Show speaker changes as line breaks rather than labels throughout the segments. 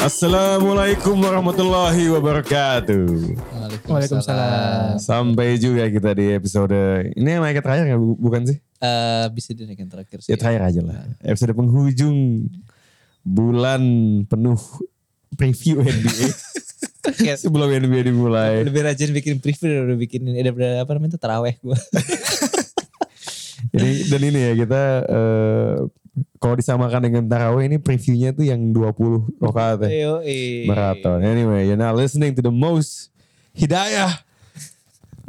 Assalamualaikum warahmatullahi wabarakatuh.
Waalaikumsalam.
Sampai juga kita di episode ini yang naiknya terakhir ya bukan sih?
Eh bisa dinaik yang terakhir sih.
Ya terakhir aja lah. Episode penghujung bulan penuh preview NBA
Kayak
sebelum NBA dimulai.
lebih rajin bikin preview daripada bikin ini Eh, daripada apa namanya tuh taraweh gue.
Ini dan ini ya kita eh, kalau disamakan dengan tarawih ini previewnya tuh yang 20 rakaat ya.
Ayo,
marathon. Anyway, you're now listening to the most Hidayah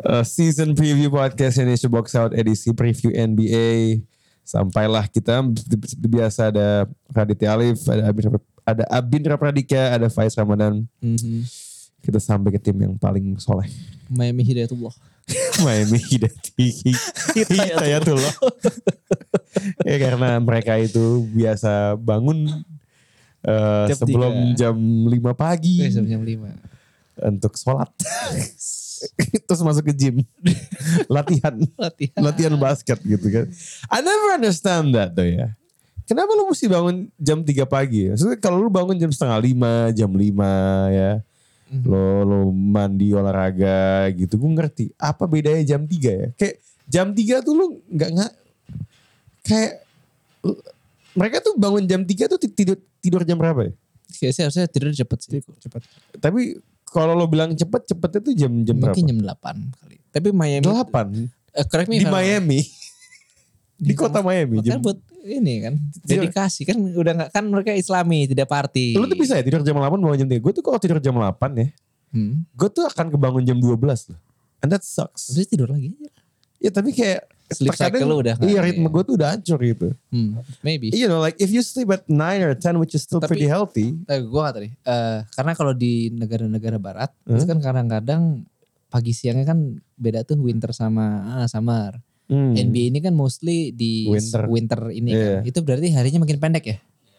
uh, season preview podcast Indonesia Box Out edisi preview NBA. Sampailah kita seperti biasa ada Raditya Alif, ada Abin ada Abindra Pradika, ada Faiz Ramadan. Kita sampai ke tim yang paling soleh.
Mhm. Miami Hidayatullah.
Miami Hidayati. Hidayatullah. ya karena mereka itu biasa bangun uh,
Jam
sebelum
tiga.
jam 5 pagi
Wes jam 5.
untuk sholat terus masuk ke gym latihan
Latihan.
latihan basket gitu kan I never understand that tuh ya kenapa lu mesti bangun jam 3 pagi ya Maksudnya kalau lu bangun jam setengah lima jam 5 ya
Mhm.
lo lo mandi olahraga gitu gue ngerti apa bedanya jam 3 ya kayak jam 3 tuh lu nggak nggak kayak mereka tuh bangun jam 3 tuh tidur tidur jam berapa ya
Kayaknya Mhm. Iya, sih harusnya tidur cepet sih. Cepet.
tapi kalau lo bilang cepet cepetnya tuh jam jam berapa
Mungkin jam 8 kali. Tapi Miami.
delapan
Eh, correct me
di
if I'm wrong.
Miami di kota Miami
Makanya
jam, Iya.
buat ini kan
Tidur.
dedikasi kan udah nggak kan mereka Islami tidak party.
lu tuh bisa ya tidur jam 8 bangun jam 3 gue tuh kalau tidur jam 8 ya
Hmm.
gue tuh akan kebangun jam 12 loh and that sucks
Terus tidur lagi.
ya tapi kayak
Sleep cycle lu udah nggak
iya
ada
ritme
ya.
gue tuh udah hancur gitu
Hmm. Maybe.
you know like if you sleep at 9 or 10 which is still
Tapi-
pretty healthy
Eh, gue gak tadi. Eh, karena kalau di negara-negara barat,
Hmm?
itu kan kadang-kadang pagi siangnya kan beda tuh winter sama ah, summer.
Hmm.
NBA ini kan mostly di
Winter.
ini
Iya.
kan. Itu berarti harinya makin pendek ya.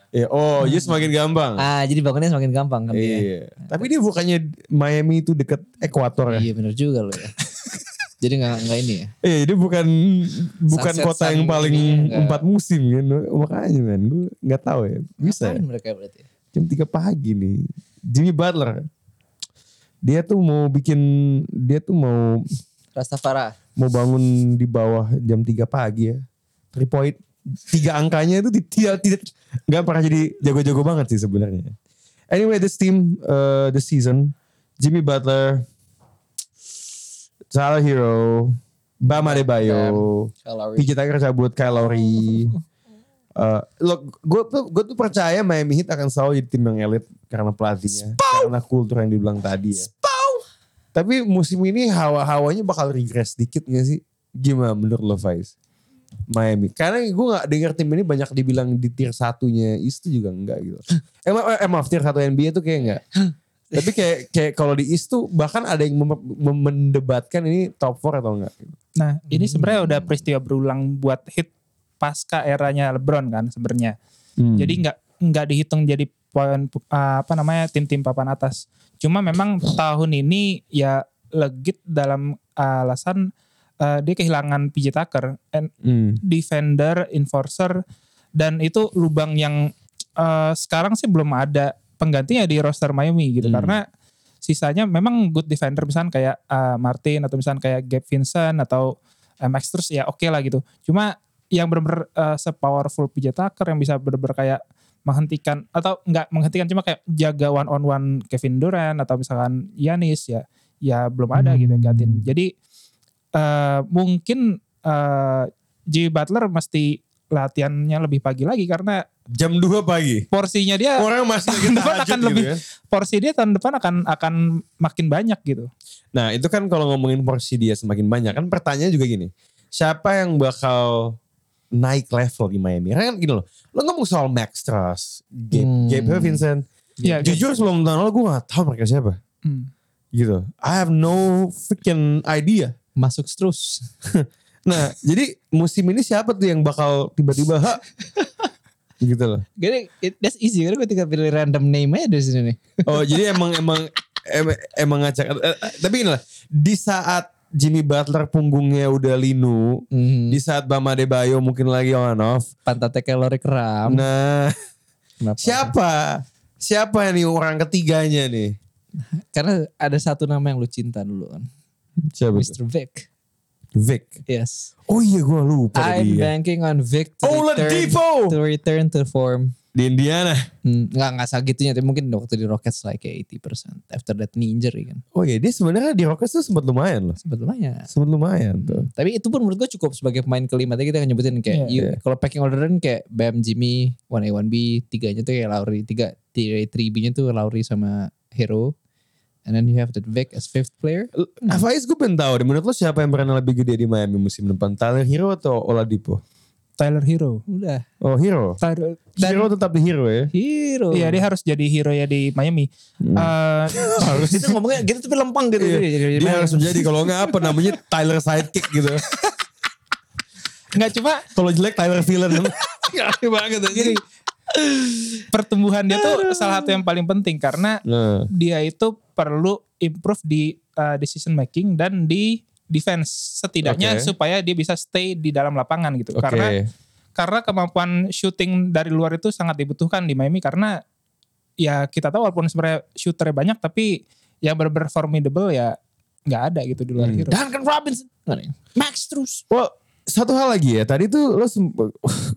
Ya, oh you semakin gampang
Ah, jadi bangunnya semakin gampang kan dia.
Iya. Tapi dia bukannya Miami itu deket ekuator ya.
Iya bener juga loh ya. jadi gak, nggak ini ya.
Iya, jadi bukan bukan
Sunset
kota yang
sun
paling
ini enggak.
empat musim kan. Makanya kan gue nggak tahu ya. Bisa ya.
Ngapain mereka berarti.
jam 3 pagi nih. Jimmy Butler. Dia tuh mau bikin dia tuh mau
Rastafara.
mau bangun di bawah jam 3 pagi ya. Three point tiga angkanya itu ti- tidak tidak nggak pernah jadi jago-jago banget sih sebenarnya. Anyway, this team uh, this season Jimmy Butler, Tyler Hero, Bam Adebayo,
Kalau
PJ Tucker cabut, Kyle Lowry. Eh, look, gue tuh gue tuh percaya Miami Heat akan selalu jadi tim yang elit karena pelatihnya, karena kultur yang dibilang tadi ya. Tapi musim ini hawa-hawanya bakal regress dikit gak sih? Gimana menurut lo Faiz? Miami. Karena gue gak denger tim ini banyak dibilang di tier satunya East tuh juga enggak gitu. Eh, ma- eh maaf tier satu NBA tuh kayak enggak. Tapi kayak kayak kalau di East tuh bahkan ada yang mem- mem- mendebatkan ini top 4 atau enggak.
Nah, ini sebenarnya udah peristiwa berulang buat hit pasca eranya LeBron kan sebenarnya.
Hmm.
Jadi nggak nggak dihitung jadi poin uh, apa namanya tim-tim papan atas. Cuma memang tahun ini ya legit dalam uh, alasan uh, dia kehilangan PJ Tucker, and
Hmm.
defender, enforcer, dan itu lubang yang uh, sekarang sih belum ada penggantinya di roster Miami gitu
Hmm.
karena sisanya memang good defender misalnya kayak uh, Martin atau misalnya kayak Gabe Vincent atau uh, Max Strus, ya oke lah gitu. Cuma yang benar-benar uh, sepowerful PJ Tucker yang bisa benar-benar kayak menghentikan atau nggak menghentikan cuma kayak jaga one on one Kevin Durant atau misalkan Yanis ya ya belum ada gitu yang gantiin.
Hmm.
Jadi eh, mungkin eh Jimmy Butler mesti latihannya lebih pagi lagi karena
Jam 2 pagi.
porsinya dia
orang masih lagi
Tahun depan
tahajud
akan
gitu
lebih-
ya.
porsi dia tahun depan akan akan makin banyak gitu.
Nah itu kan kalau ngomongin porsi dia semakin banyak kan pertanyaan juga gini. Siapa yang bakal naik level di Miami? Karena kan gini loh. Lo ngomong soal Max Truss, Gabe,
Hmm.
Gabe Vincent.
Iya,
Jujur sebelum tahun lalu gue gak tau mereka siapa.
Hmm.
Gitu. I have no freaking idea.
masuk terus.
Nah jadi musim ini siapa tuh yang bakal tiba-tiba ha? gitu loh.
Jadi it- that's easy. Karena gue tinggal pilih random name aja dari sini nih.
Oh jadi emang emang em- emang ngacak. Eh, eh, Tapi inilah di saat Jimmy Butler punggungnya udah linu,
Hmm.
Di saat Bam Adebayo mungkin lagi on and off.
Pantatnya kalori keram.
Nah,
Kenapa?
siapa? siapa nih orang ketiganya nih?
Karena ada satu nama yang lu cinta dulu kan.
Siapa? tuh?
Mr. Vic.
Vic.
Yes.
Oh iya Oh, gue lupa
I'm
dia.
banking on Vic to return,
Oladipo
to return to form.
di Indiana.
Hmm, nggak nggak segitunya, tapi mungkin waktu di Rockets like 80%. After that knee injury kan.
Oh iya dia sebenarnya di Rockets tuh sempat lumayan loh.
Sebetulnya. ya.
Sempat lumayan tuh.
Tapi itu pun menurut gue cukup sebagai pemain kelima. Tadi kita akan nyebutin kayak
Iya.
you- kalau packing orderan kayak Bam, Jimmy, 1A, 1B, tiganya tuh kayak Lauri, tiga, 3B-nya tuh Lauri sama Hero. And then you have that Vic as fifth player.
Hmm. Faiz gue pengen tahu deh menurut lo siapa yang pernah lebih gede di Miami musim depan? Tyler Hero atau Oladipo?
Tyler Hero.
Udah.
Oh Hero.
Tyler,
Dan-
Hero tetap di Hero ya.
Hero.
Iya dia harus jadi hero ya di Miami. Eh,
Hmm. Harus
Itu ngomongnya gitu tapi lempeng gitu.
Iya.
Jadi- jadi-
dia harus menjadi kalau nggak apa namanya Tyler sidekick gitu.
nggak cuma
Kalau jelek Tyler villain.
Iya,
Aneh banget aja.
pertumbuhan dia tuh salah satu yang paling penting karena
Nah,
dia itu perlu improve di uh, decision making dan di defense setidaknya
Oke.
supaya dia bisa stay di dalam lapangan gitu
oke.
karena karena kemampuan shooting dari luar itu sangat dibutuhkan di Miami karena ya kita tahu walaupun sebenarnya shooternya banyak tapi yang benar-benar formidable ya nggak ada gitu di luar
Hmm.
hero.
Duncan Robinson. ya? Max terus.
Well, satu hal lagi ya. Tadi tuh lo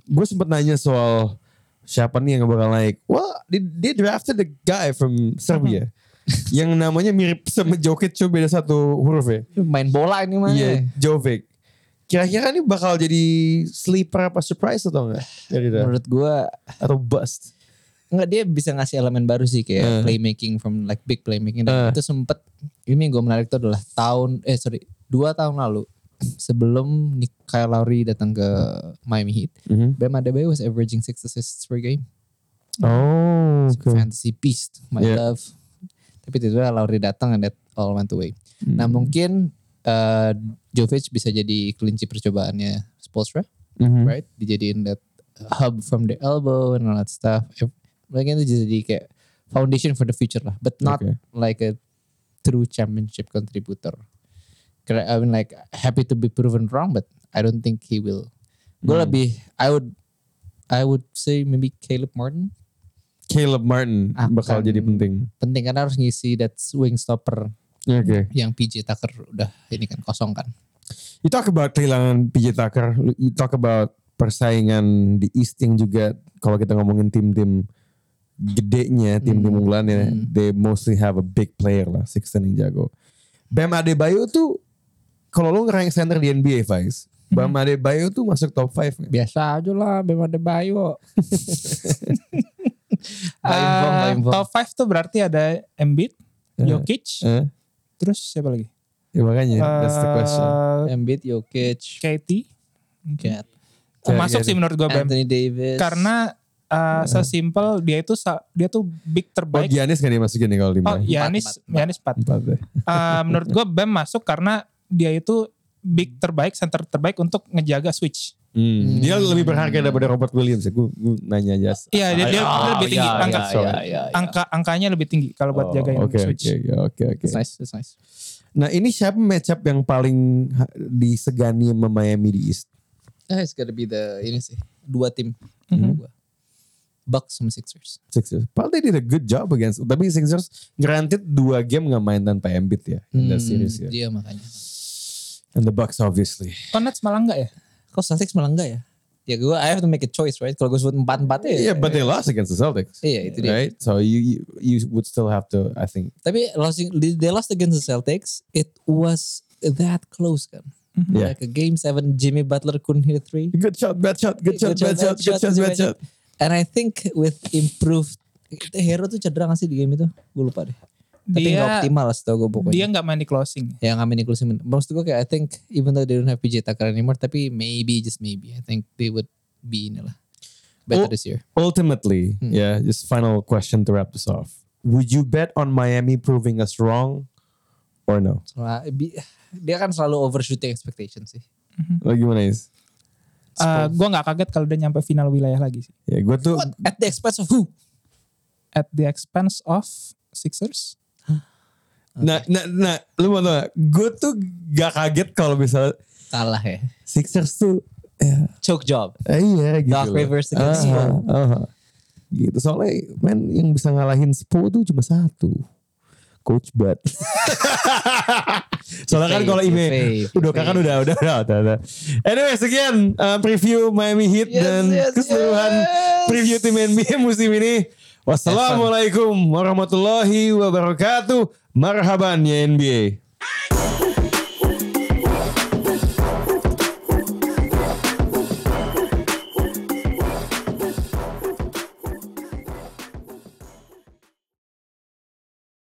gue sempet nanya soal siapa nih yang bakal naik. Well, they, they drafted the guy from
Hmm.
Serbia. yang namanya mirip sama Jokic cuma beda satu huruf ya.
Main bola ini mah.
Iya, Jovic. Kira-kira ini bakal jadi sleeper apa surprise atau enggak? Dari dia?
Menurut gua
atau bust?
Enggak dia bisa ngasih elemen baru
Eh.
sih kayak playmaking from like big playmaking dan
Eh.
itu sempet ini gue menarik tuh adalah tahun eh sorry dua tahun lalu sebelum Nick Kyle Lowry datang ke Miami Heat Bam Adebayo was averaging six assists per game
Oh, oke.
fantasy beast my
Yeah.
love tapi tiba-tiba Lowry datang and that all went away nah mungkin eh, Jovic bisa jadi kelinci percobaannya Spolstra
Mhm.
right? Dijadiin that hub from the elbow and all that stuff. Ev- Mereka itu jadi kayak foundation for the future lah, but not
Oke.
like a true championship contributor. Kera- I mean like happy to be proven wrong, but I don't think he will. Gue lebih, I would, I would say maybe Caleb Martin
Caleb Martin
Akan-
bakal jadi penting.
penting karena harus ngisi that wing stopper
Oke.
yang PJ Tucker udah ini kan kosong kan.
You talk about kehilangan PJ Tucker, you talk about persaingan di East yang juga kalau kita ngomongin tim-tim gedenya, tim-tim unggulannya, they mostly have a big player lah, Sixten yang jago. Bam Adebayo tuh kalau lo ngerank center di NBA, Vice, Bam Adebayo tuh masuk top 5 nggak?
Biasa aja lah, Bam Adebayo. Bainfong,
Eh,
Bainfong.
top 5 tuh berarti ada Embiid,
Eh.
Jokic,
Eh?
terus siapa lagi?
Ya makanya, that's the question.
Eh,
Embiid, Jokic,
Katie.
Cat,
Kayak-
masuk
kayak-
sih menurut gue Bam.
Anthony Davis.
Karena uh, sesimpel dia itu sa- dia tuh
Iya.
big
Oh,
terbaik.
Giannis kan dimasukin nih kalau di
Oh,
mana?
Yanis,
Empat, empat,
Yanis empat.
Empat ya.
Uh, menurut gue Bam masuk karena dia itu big terbaik, center terbaik untuk ngejaga switch.
Hmm. Dia lebih berharga daripada Robert Williams. ya. Gue gue nanya aja.
Iya, dia, dia
Oh,
lebih tinggi
iya,
angka.
iya,
sorry.
iya, iya, iya.
Angka angkanya lebih tinggi kalau buat
Oh,
jagain
oke,
switch.
Oke, oke, oke.
It's nice, it's nice.
Nah ini siapa matchup yang paling ha- disegani sama Miami di East?
Eh, it's gotta be the ini sih dua tim.
Mhm.
Gua. Bucks sama Sixers.
Sixers. Padahal they did a good job against. Tapi Sixers granted dua game nggak main tanpa Embiid ya. In that
Hmm,
series ya.
Iya makanya.
And the Bucks obviously.
Oh, Nets malah enggak ya?
Kok Celtics malah enggak ya? Ya gue I have to make a choice right. Kalau gue sebut empat empat
Yeah,
ya.
Iya, but they lost against the Celtics.
Iya, itu dia.
Right? So you, you you would still have to I think.
Tapi losing they lost against the Celtics. It was that close kan.
Mhm.
Yeah.
Like a game seven, Jimmy Butler couldn't hit a three.
Good shot, bad shot, good shot, bad shot, good shot, bad shot.
And I think with improved Hero tuh cedera gak sih di game itu? Gue lupa deh. Tapi
Dia-
gak optimal setahu gue pokoknya.
Dia enggak main di closing.
yang ngamen inclusive men- maksud gue kayak I think even though they don't have PJ Tucker anymore tapi maybe just maybe I think they would be inilah better
Oh.
this year
Ultimately, yeah, just final question to wrap this off. Would you bet on Miami proving us wrong or no?
Soalnya ah, bi- dia kan selalu overshooting expectation sih
Lo gimana is?
Eh gue nggak kaget kalau dia nyampe final wilayah lagi sih.
Ya gue tuh
What? at the expense of who
At the expense of Sixers.
Nah, nah, nah, lu mau tau gak? Gue tuh gak kaget kalau misalnya
kalah ya
Sixers tuh, ya,
choke job
eh, iya gitu.
Doc
loh.
Rivers
Aha,
against Spurs.
aha. Gitu soalnya men yang bisa ngalahin Spo tuh cuma satu. Coach Bud. soalnya kan
Fave,
kalau ini
fave,
udah kan
fave.
udah udah udah udah. udah. Anyway sekian um, preview Miami Heat
Yes,
dan
yes,
keseluruhan
yes.
preview tim NBA musim ini. Wassalamualaikum warahmatullahi wabarakatuh. Marhaban ya NBA.